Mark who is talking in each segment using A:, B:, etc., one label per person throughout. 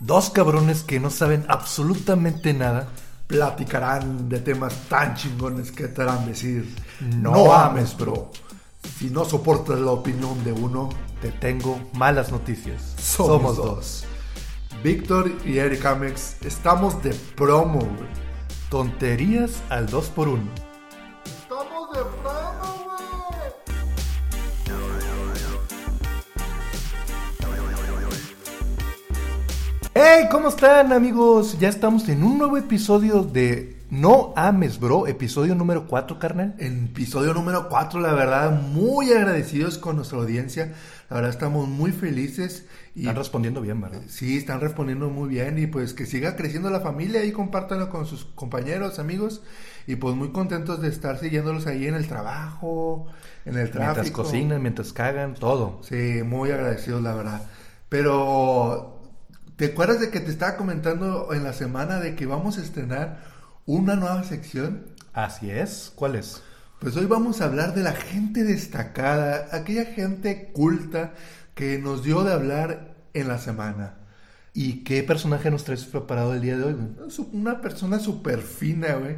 A: Dos cabrones que no saben absolutamente nada.
B: Platicarán de temas tan chingones que te harán decir,
A: No
B: no,
A: ames,
B: ames, bro. Si no soportas la opinión de uno,
A: Te tengo malas noticias.
B: somos, dos. Víctor y Eric Amex, estamos de promo, güey.
A: Tonterías al 2 por 1
B: Estamos de promo, güey.
A: ¡Hey! ¿Cómo están amigos? Ya estamos en un nuevo episodio de No Ames Bro, episodio número 4, carnal.
B: En episodio número 4, la verdad, muy agradecidos con nuestra audiencia. La verdad, estamos muy felices. Y
A: Están respondiendo bien, ¿verdad?
B: sí, están respondiendo muy bien. Y pues que siga creciendo la familia y compártanlo con sus compañeros, amigos. Y pues muy contentos de estar siguiéndolos ahí en el trabajo, en el tráfico.
A: Mientras cocinan, mientras cagan, todo.
B: Sí, muy agradecidos, la verdad. Pero, ¿te acuerdas de que te estaba comentando en la semana de que vamos a estrenar una nueva sección?
A: Así es. ¿Cuál es?
B: Pues hoy vamos a hablar de la gente destacada, aquella gente culta que nos dio de hablar en la semana.
A: ¿Y qué personaje nos traes preparado el día de hoy, güey?
B: Su- Una persona súper fina, güey,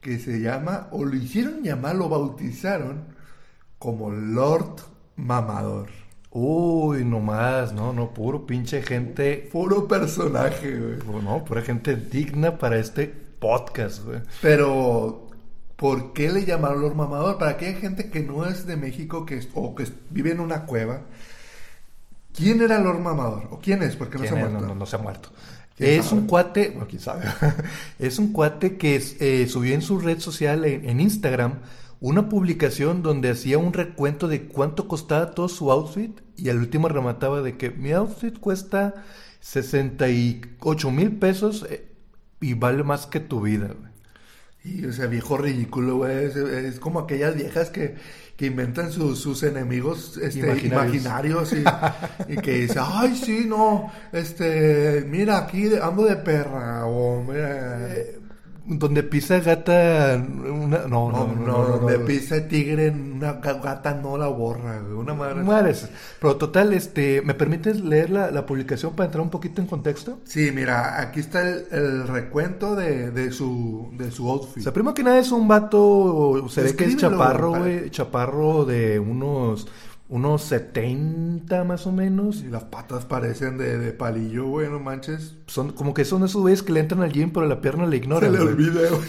B: que se llama, o lo hicieron llamar, lo bautizaron como Lord Mamador.
A: Uy, nomás, no, no, puro pinche gente.
B: Puro personaje, güey.
A: No, pura gente digna para este podcast, güey.
B: Pero, ¿por qué le llamaron Lord Mamador? Para aquella gente que no es de México que es- o que es- vive en una cueva. ¿Quién era Lord Mamador? ¿O quién es? Porque no se
A: ¿Quién
B: ha
A: es?
B: muerto.
A: No, no, no se ha muerto.
B: ¿Quién
A: Es
B: sabe?
A: un cuate, bueno, quién sabe. es un cuate que es- eh, subió en su red social, en, en Instagram, una publicación donde hacía un recuento de cuánto costaba todo su outfit y al último remataba de que mi outfit cuesta 68 mil pesos eh, y vale más que tu vida, güey.
B: Y, o sea, viejo ridículo, güey. Es, es como aquellas viejas que, que inventan su- sus enemigos este,
A: Imaginarios.
B: imaginarios, y, y que dicen, ay, sí, no, este, mira, aquí ando de perra, o mira,
A: Eh, Donde pisa gata una- no,
B: no,
A: no,
B: no,
A: no,
B: donde
A: no, no.
B: pisa tigre, una ga- gata no la borra, güey, una madre.
A: Mueres. Pero total, este, ¿me permites leer la, la publicación para entrar un poquito en contexto?
B: Sí, mira, aquí está el, el recuento de, de su, de su
A: O
B: outfit.
A: sea, primero que nada es un vato, se ve que es
B: Descríbelo,
A: chaparro,
B: para-
A: güey, chaparro de unos, unos 70 más o menos.
B: Y las patas parecen de, de palillo, güey, no manches.
A: Son como que son esos güeyes que le entran al gym, pero la pierna le
B: Se
A: ignoran,
B: le
A: güey.
B: olvida, güey.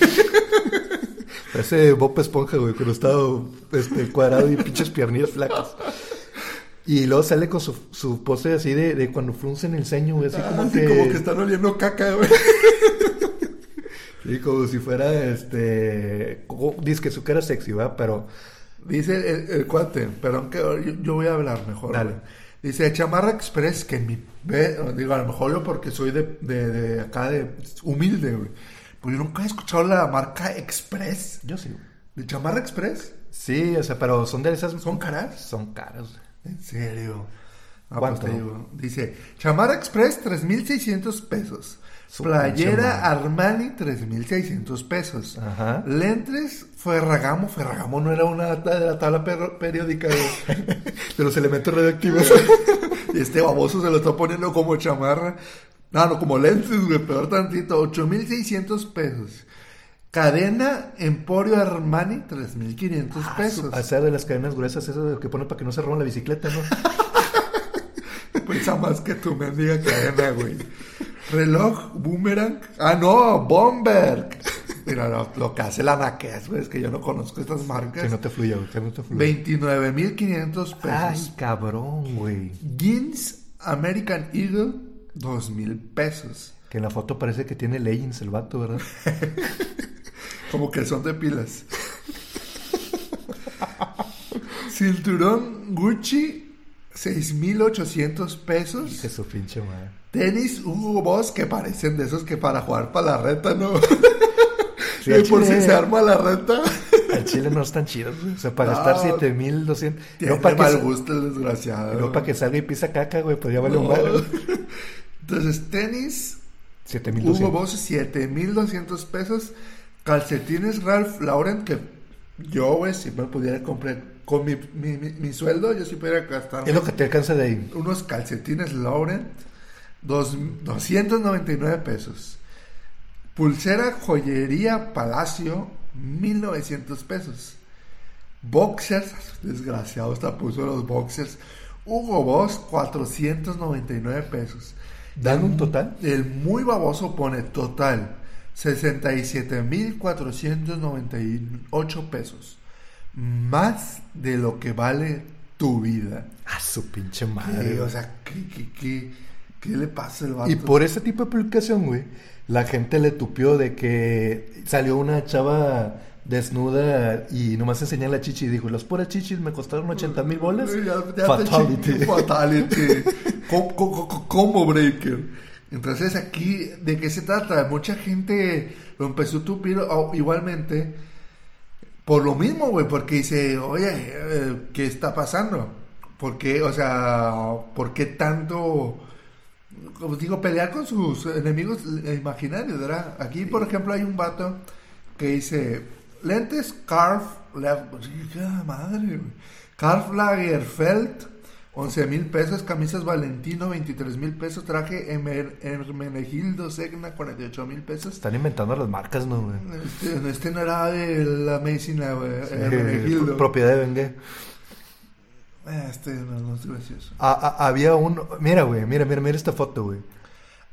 A: Parece Bob Esponja, güey, con estado este, cuadrado y pinches piernillas flacas. Y luego sale con su, su pose así de, de cuando fruncen el ceño, güey, así como
B: Así
A: que...
B: Ah, como que están oliendo caca, güey.
A: Sí, como si fuera, este... Dice que su cara sexy, ¿verdad? Pero...
B: Dice el, el cuate, perdón que yo, yo voy a hablar mejor.
A: Dale.
B: güey. Dice, chamarra express que en mi... ve- digo, a lo mejor yo porque soy de, de, de acá de humilde, güey. Pues yo nunca he escuchado la marca express.
A: Yo sí.
B: ¿De chamarra express?
A: Sí, o sea, pero son de esas...
B: ¿Son caras?
A: Son caras, güey.
B: En serio. Ah,
A: ¿Cuánto?
B: pues te digo. Dice, chamarra express 3.600 pesos.
A: Su pinche
B: Playera Armani 3.600 pesos.
A: Ajá.
B: Lentes Ferragamo. Ferragamo no era una ta- de la tabla per- periódica de, de los elementos radioactivos. y este baboso se lo está poniendo como chamarra. No, no, como lentes, güey, peor tantito. 8.600 pesos. Cadena Emporio Armani
A: Ah,
B: 3.500 pesos.
A: A ser de las cadenas gruesas esas que ponen para que no se roban la bicicleta, ¿no?
B: Pesa más que tu mendiga cadena, güey. Reloj, boomerang. Ah, no, bomber. Mira, lo, lo que hace la naquez, güey, es que yo no conozco estas
A: que
B: marcas.
A: no te fluya, güey, que no te fluya.
B: 29.500 pesos.
A: Ay, cabrón, güey.
B: Jeans American Eagle, 2.000 pesos.
A: Que en la foto parece que tiene leggings el vato, ¿verdad?
B: Como que son de pilas. Cinturón Gucci, 6.800 pesos.
A: Que su pinche madre.
B: Tenis Hugo Boss que parecen de esos que para jugar para la reta, ¿no?
A: Sí,
B: y
A: al
B: por
A: chile-
B: si se arma la reta.
A: Al chile no están chidos, güey. O sea, para
B: No.
A: gastar 7200.
B: Tiene
A: No para
B: mal
A: que,
B: gusto el desgraciado.
A: no pa' que salga y pisa caca, güey. Pues ya vale
B: No.
A: un bar.
B: Entonces, tenis Hugo
A: 7200.
B: Boss, 7200 pesos. Calcetines Ralph Lauren que yo, güey, si me pudiera comprar con mi, mi, mi- mi sueldo, yo sí pudiera gastar
A: Es lo que te alcanza de ahí.
B: unos calcetines Lauren. Dos, 299 pesos. Pulsera Joyería Palacio, 1900 pesos. Boxers, desgraciado, hasta puso los boxers. Hugo Boss, 499 pesos.
A: ¿Dan un total?
B: El muy baboso pone total 67.498 pesos. Más de lo que vale tu vida.
A: A su pinche
B: Eh,
A: madre.
B: o sea, ¿qué, qué, qué, qué le pasa al vato?
A: Y por ese tipo de publicación, güey, la gente le tupió de que salió una chava desnuda y nomás enseñé la chichi y dijo, las puras chichis me costaron 80 mil bolas.
B: Ya- ya te
A: Fatality.
B: chingué, fatality. Com- co- co- co- combo breaker. Entonces aquí, ¿de qué se trata? Mucha gente lo empezó a tupir o- igualmente por lo mismo, güey, porque dice, oye, eh, ¿qué está pasando? ¿Por qué, o sea, por qué tanto, como digo, pelear con sus enemigos eh, imaginarios, ¿verdad? Aquí, por ejemplo, hay un vato que dice, lentes Carl, La- ¡Qué "Ah, madre, güey! Karl Lagerfeld, 11 mil pesos, camisas Valentino, 23 mil pesos, traje Emer- Hermenegildo Segna, 48 mil pesos.
A: Están inventando las marcas, ¿no, güey?
B: Este, este no era de la medicina, güey.
A: Eh,
B: Hermenegildo.
A: propiedad de Bengue.
B: Eh, Este no, no es gracioso.
A: A- a- había un... Mira, güey, mira, mira, mira esta foto, güey.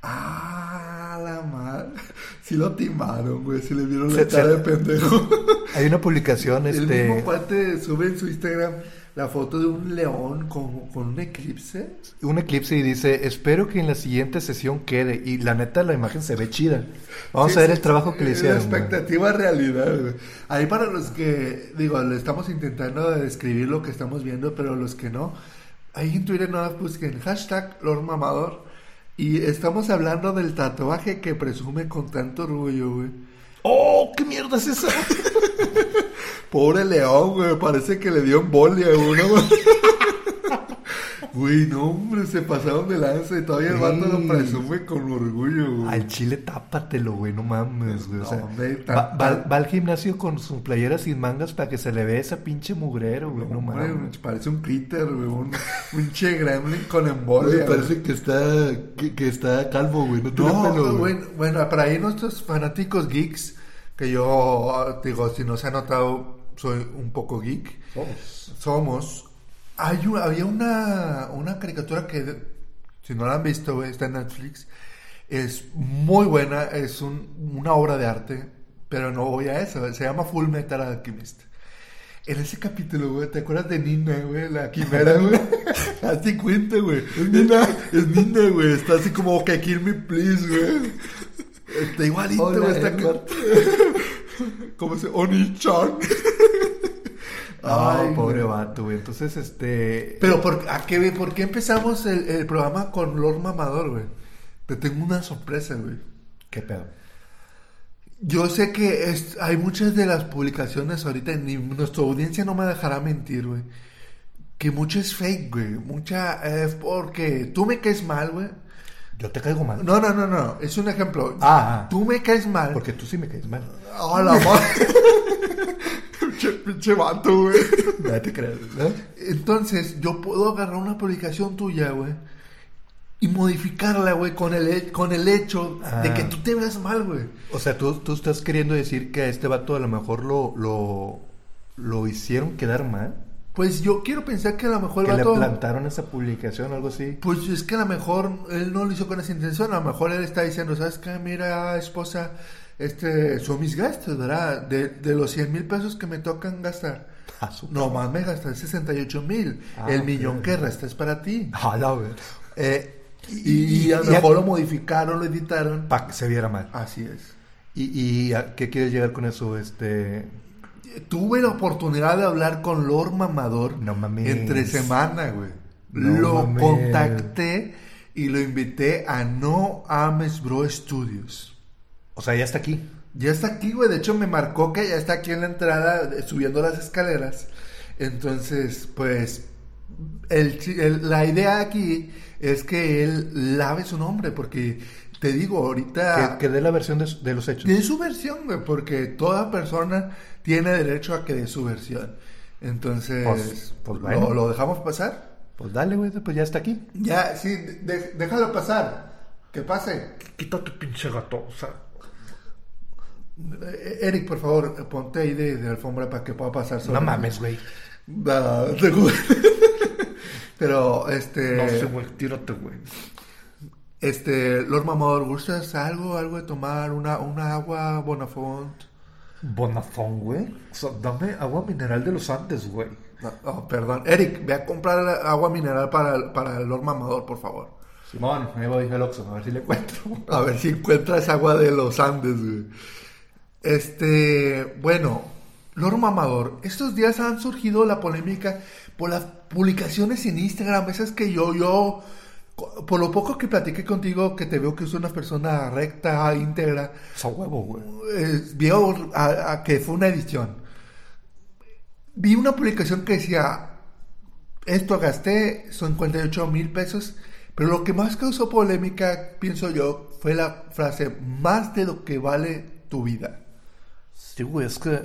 B: Ah, la madre. Sí lo timaron, güey. Si le vieron la
A: Se-
B: cara
A: se-
B: de pendejo.
A: Hay una publicación,
B: El
A: este...
B: mismo cuate sube en su Instagram la foto de un león con, con un eclipse.
A: un eclipse y dice, espero que en la siguiente sesión quede. Y la neta, la imagen se ve chida. Vamos
B: Sí,
A: a ver
B: sí,
A: el trabajo que le
B: es
A: hicieron.
B: La
A: güey.
B: expectativa realidad, güey. Ahí para los que, digo, le estamos intentando describir lo que estamos viendo, pero los que no, ahí en Twitter nada más busquen hashtag Lord Mamador. Y estamos hablando del tatuaje que presume con tanto orgullo, güey.
A: ¡Oh, qué mierda es esa!
B: Pobre león, güey, parece que le dio embolia a uno, güey. Güey, no, hombre, se pasaron de lanza y todavía el vato lo
A: Sí.
B: presume con orgullo, güey.
A: Al chile, tápatelo, güey, no mames, güey. O sea,
B: No, hombre, tan-
A: va, va-
B: tan-
A: va al gimnasio con sus playeras sin mangas para que se le vea esa pinche mugrero, güey, no,
B: Hombre,
A: mames.
B: parece un clíter, güey, un, un che gremlin con
A: Güey,
B: embolia. güey.
A: que está, que, que está calvo, güey, no
B: No,
A: güey.
B: bueno, bueno, para ahí nuestros fanáticos geeks, que yo, digo, si no se ha notado, soy un poco geek. Somos. Hay un- había una, una caricatura que, si no la han visto, güey, está en Netflix. Es muy buena, es un- una obra de arte, pero no voy a eso. Se llama Full Metal Alchemist. En ese capítulo, güey, ¿te acuerdas de Nina, güey? La quimera, güey. Hazte cuenta, güey. Es Nina, es Nina, güey. Está así como, ok, kill me, please, güey. Está igualito,
A: Hola, eh,
B: güey. Está
A: Edward.
B: como se Oni-chan.
A: Ay,
B: Ay,
A: pobre
B: güey.
A: vato, güey. Entonces, este...
B: Pero, ¿por, ¿a qué, ¿por qué empezamos el, el programa con Lord Mamador, güey? Te tengo una sorpresa, güey.
A: ¿Qué pedo?
B: Yo sé que es- hay muchas de las publicaciones ahorita, ni nuestra audiencia no me dejará mentir, güey. Que mucho es fake, güey. Mucha es porque tú me caes mal, güey.
A: Yo te caigo mal.
B: No, no, no, no. Es un ejemplo.
A: Ah,
B: Tú me caes mal.
A: porque tú sí me caes mal.
B: ¡Ah, la madre! pinche, pinche vato, güey.
A: No te creas, ¿no?
B: Entonces, yo puedo agarrar una publicación tuya, güey, y modificarla, güey, con el, he- con el hecho de
A: Ah.
B: que tú te veas mal, güey.
A: O sea, tú, tú estás queriendo decir que a este vato a lo mejor lo, lo, lo hicieron quedar mal.
B: Pues yo quiero pensar que a lo mejor
A: Que
B: el
A: le
B: vato.
A: plantaron esa publicación o algo así.
B: Pues es que a lo mejor él no lo hizo con esa intención, a lo mejor él está diciendo, ¿sabes qué? Mira, esposa, este, son mis gastos, ¿verdad? De, de los 100 mil pesos que me tocan gastar.
A: A su-
B: No más me gasté 68 mil.
A: Ah,
B: el
A: ok.
B: millón que resta es para ti.
A: A la ver.
B: Eh, y,
A: Y-
B: y a lo
A: y-
B: mejor lo modificaron, lo editaron.
A: Para que se viera mal.
B: Así es.
A: ¿Y, y a qué quieres llegar con eso? Este.
B: Tuve la oportunidad de hablar con Lord Mamador
A: No mames.
B: entre semana, güey.
A: No
B: lo
A: mames.
B: contacté y lo invité a No Ames Bro Studios.
A: O sea, ya está aquí.
B: Ya está aquí, güey. De hecho, me marcó que ya está aquí en la entrada eh, subiendo las escaleras. Entonces, pues, el chi- el- la idea aquí es que él lave su nombre, porque te digo, ahorita...
A: Que, que dé la versión de, su- de los hechos.
B: De su versión, güey, porque toda persona tiene derecho a que dé su versión. Entonces,
A: Pues- pues
B: ¿lo-
A: bueno.
B: ¿lo, dejamos pasar?
A: Pues dale, güey, pues ya está aquí.
B: Ya, sí, de- déjalo pasar. ¿Qué pase?
A: Quítate, pinche gato. O sea,
B: Eh, Eric, por favor, ponte ahí de, de alfombra para que pueda pasar sobre.
A: no mames, güey.
B: Ah, seguro. Pero, este.
A: No sé, güey, tírate, güey.
B: Este, Lord Mamador, ¿gustas algo? ¿Algo de tomar? ¿Una, una agua Bonafont?
A: Bonafón, güey. O sea, dame agua mineral de los Andes, güey.
B: No, oh, perdón. Eric, ve a comprar agua mineral para, para el Lord Mamador, por favor.
A: Simón, ahí voy al Oxxo, a ver si le encuentro.
B: A ver si encuentras agua de los Andes, güey. Este, bueno, Lord Mamador, estos días han surgido la polémica por las publicaciones en Instagram, esas que yo, yo, co- por lo poco que platiqué contigo, que te veo que es una persona recta, íntegra,
A: Esa Pues huevo, güey.
B: eh, veo a, a que fue una edición. Vi una publicación que decía, esto gasté 58 mil pesos, pero lo que más causó polémica, pienso yo, fue la frase, más de lo que vale tu vida.
A: Sí, güey, es que.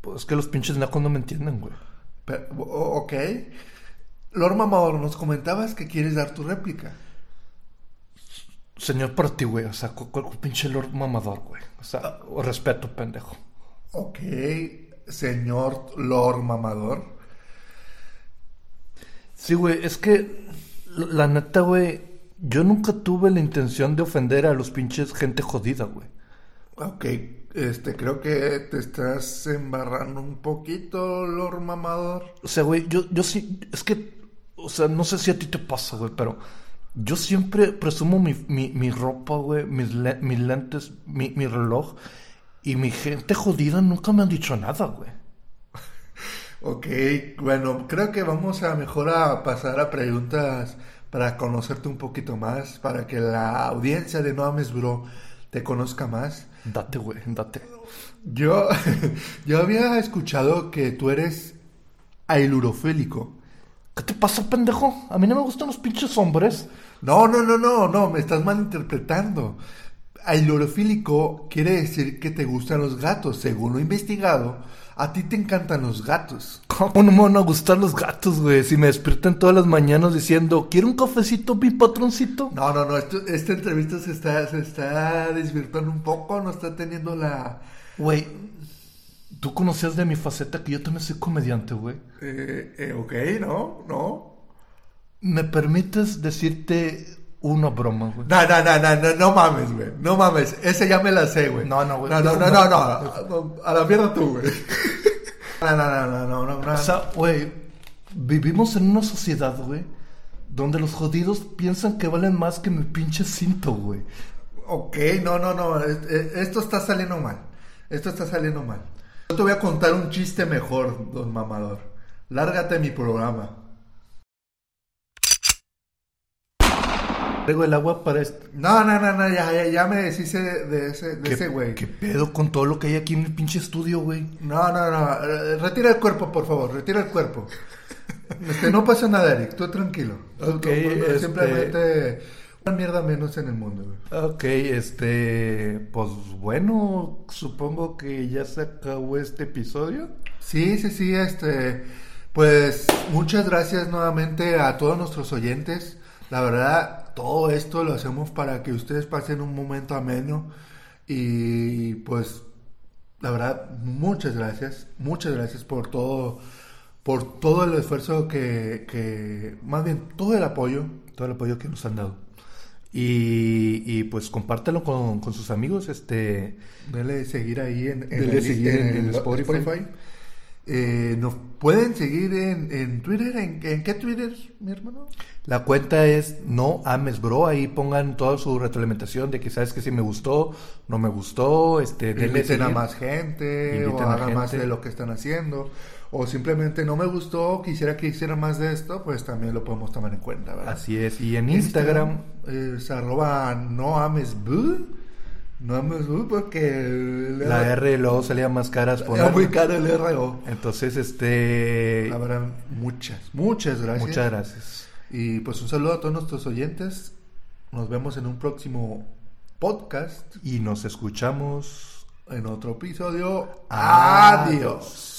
A: pues, Es que los pinches nacos no me entienden, güey.
B: Pero, o- ok. Lord Mamador, nos comentabas que quieres dar tu réplica.
A: Señor por ti, güey. O sea, cu- cu- cu- pinche lord mamador, güey. O sea, o respeto, pendejo.
B: Ok, señor Lord Mamador.
A: Sí, güey, es que. la- La neta, güey. Yo nunca tuve la intención de ofender a los pinches gente jodida, güey.
B: Ok, este, creo que te estás embarrando un poquito, Lord Mamador.
A: O sea, güey, yo, yo sí, es que, o sea, no sé si a ti te pasa, güey, pero yo siempre presumo mi, mi, mi ropa, güey, mis, le- mis lentes, mi, mi reloj, y mi gente jodida nunca me han dicho nada, güey.
B: Ok, bueno, creo que vamos a mejor a pasar a preguntas para conocerte un poquito más, para que la audiencia de No Ames Bro te conozca más.
A: Date, güey, date.
B: Yo, yo había escuchado que tú eres ailurofélico.
A: ¿Qué te pasa, pendejo? A mí no me gustan los pinches hombres.
B: No, no, no, no, no, me estás malinterpretando. Ailurofílico quiere decir que te gustan los gatos. Según lo investigado, a ti te encantan los gatos.
A: ¿Cómo no me van a gustar los gatos, güey? Si me despiertan todas las mañanas diciendo, ¿quiero un cafecito, mi patroncito?
B: No, no, no, esto- esta entrevista se está, se está desvirtuando un poco, no está teniendo la...
A: Güey, tú conocías de mi faceta que yo también soy comediante, güey.
B: Eh, eh, ok, no, no.
A: ¿Me permites decirte una broma, güey?
B: No, no, no, no, no, no mames, güey, no mames, esa ya me la sé, güey.
A: No, no, güey.
B: No, no, no, no,
A: No.
B: no, a la mierda tú, güey. No, no, no, no, no, no, no.
A: O sea, güey, vivimos en una sociedad, güey, donde los jodidos piensan que valen más que mi pinche cinto, güey.
B: Ok, no, no, no. es- eh, Esto está saliendo mal. Esto está saliendo mal. Yo te voy a contar un chiste mejor, don mamador. Lárgate de mi programa.
A: Traigo el agua para este...
B: No, no, no, no, ya, ya, ya me deshice de- de ese, de
A: ¿Qué,
B: ese güey.
A: ¿Qué pedo con todo lo que hay aquí en mi pinche estudio, güey?
B: No, no, no. eh, Retira el cuerpo, por favor. Retira el cuerpo. Este, no pasa nada, Eric. Tú tranquilo.
A: Ok,
B: Tú- tú- tú-
A: este-
B: Simplemente una mierda menos en el mundo, güey.
A: Ok, este... Pues bueno, supongo que ya se acabó este episodio.
B: Sí, sí, sí, este, pues muchas gracias nuevamente a todos nuestros oyentes. La verdad, todo esto lo hacemos para que ustedes pasen un momento ameno y pues la verdad, muchas gracias, muchas gracias por todo, por todo el esfuerzo que, que más bien todo el apoyo,
A: todo el apoyo que nos han dado. Y, y, pues compártelo con, con sus amigos, este...
B: Dele seguir ahí en, en
A: Dele
B: la lista-
A: seguir en- en
B: el
A: Spotify.
B: Eh, nos pueden seguir en, en Twitter, ¿En, en qué Twitter, mi hermano?
A: La cuenta es no ames bro, ahí pongan toda su retroalimentación de que sabes que si me gustó, no me gustó, este, denle
B: Inviten a
A: seguir.
B: más gente, o
A: Inviten a
B: hagan más
A: gente.
B: de lo que están haciendo, o simplemente no me gustó, quisiera que hicieran más de esto, pues también lo podemos tomar en cuenta, ¿verdad?
A: Así es, y en Instagram,
B: Instagram es arroba no ames bu, no ames bu porque el
A: la R luego salía más caras por
B: era muy caro el RO.
A: Entonces, este,
B: Habrá muchas, muchas gracias.
A: muchas gracias.
B: Y pues un saludo a todos nuestros oyentes. Nos vemos en un próximo podcast,
A: Y nos escuchamos.
B: en otro episodio. Adiós.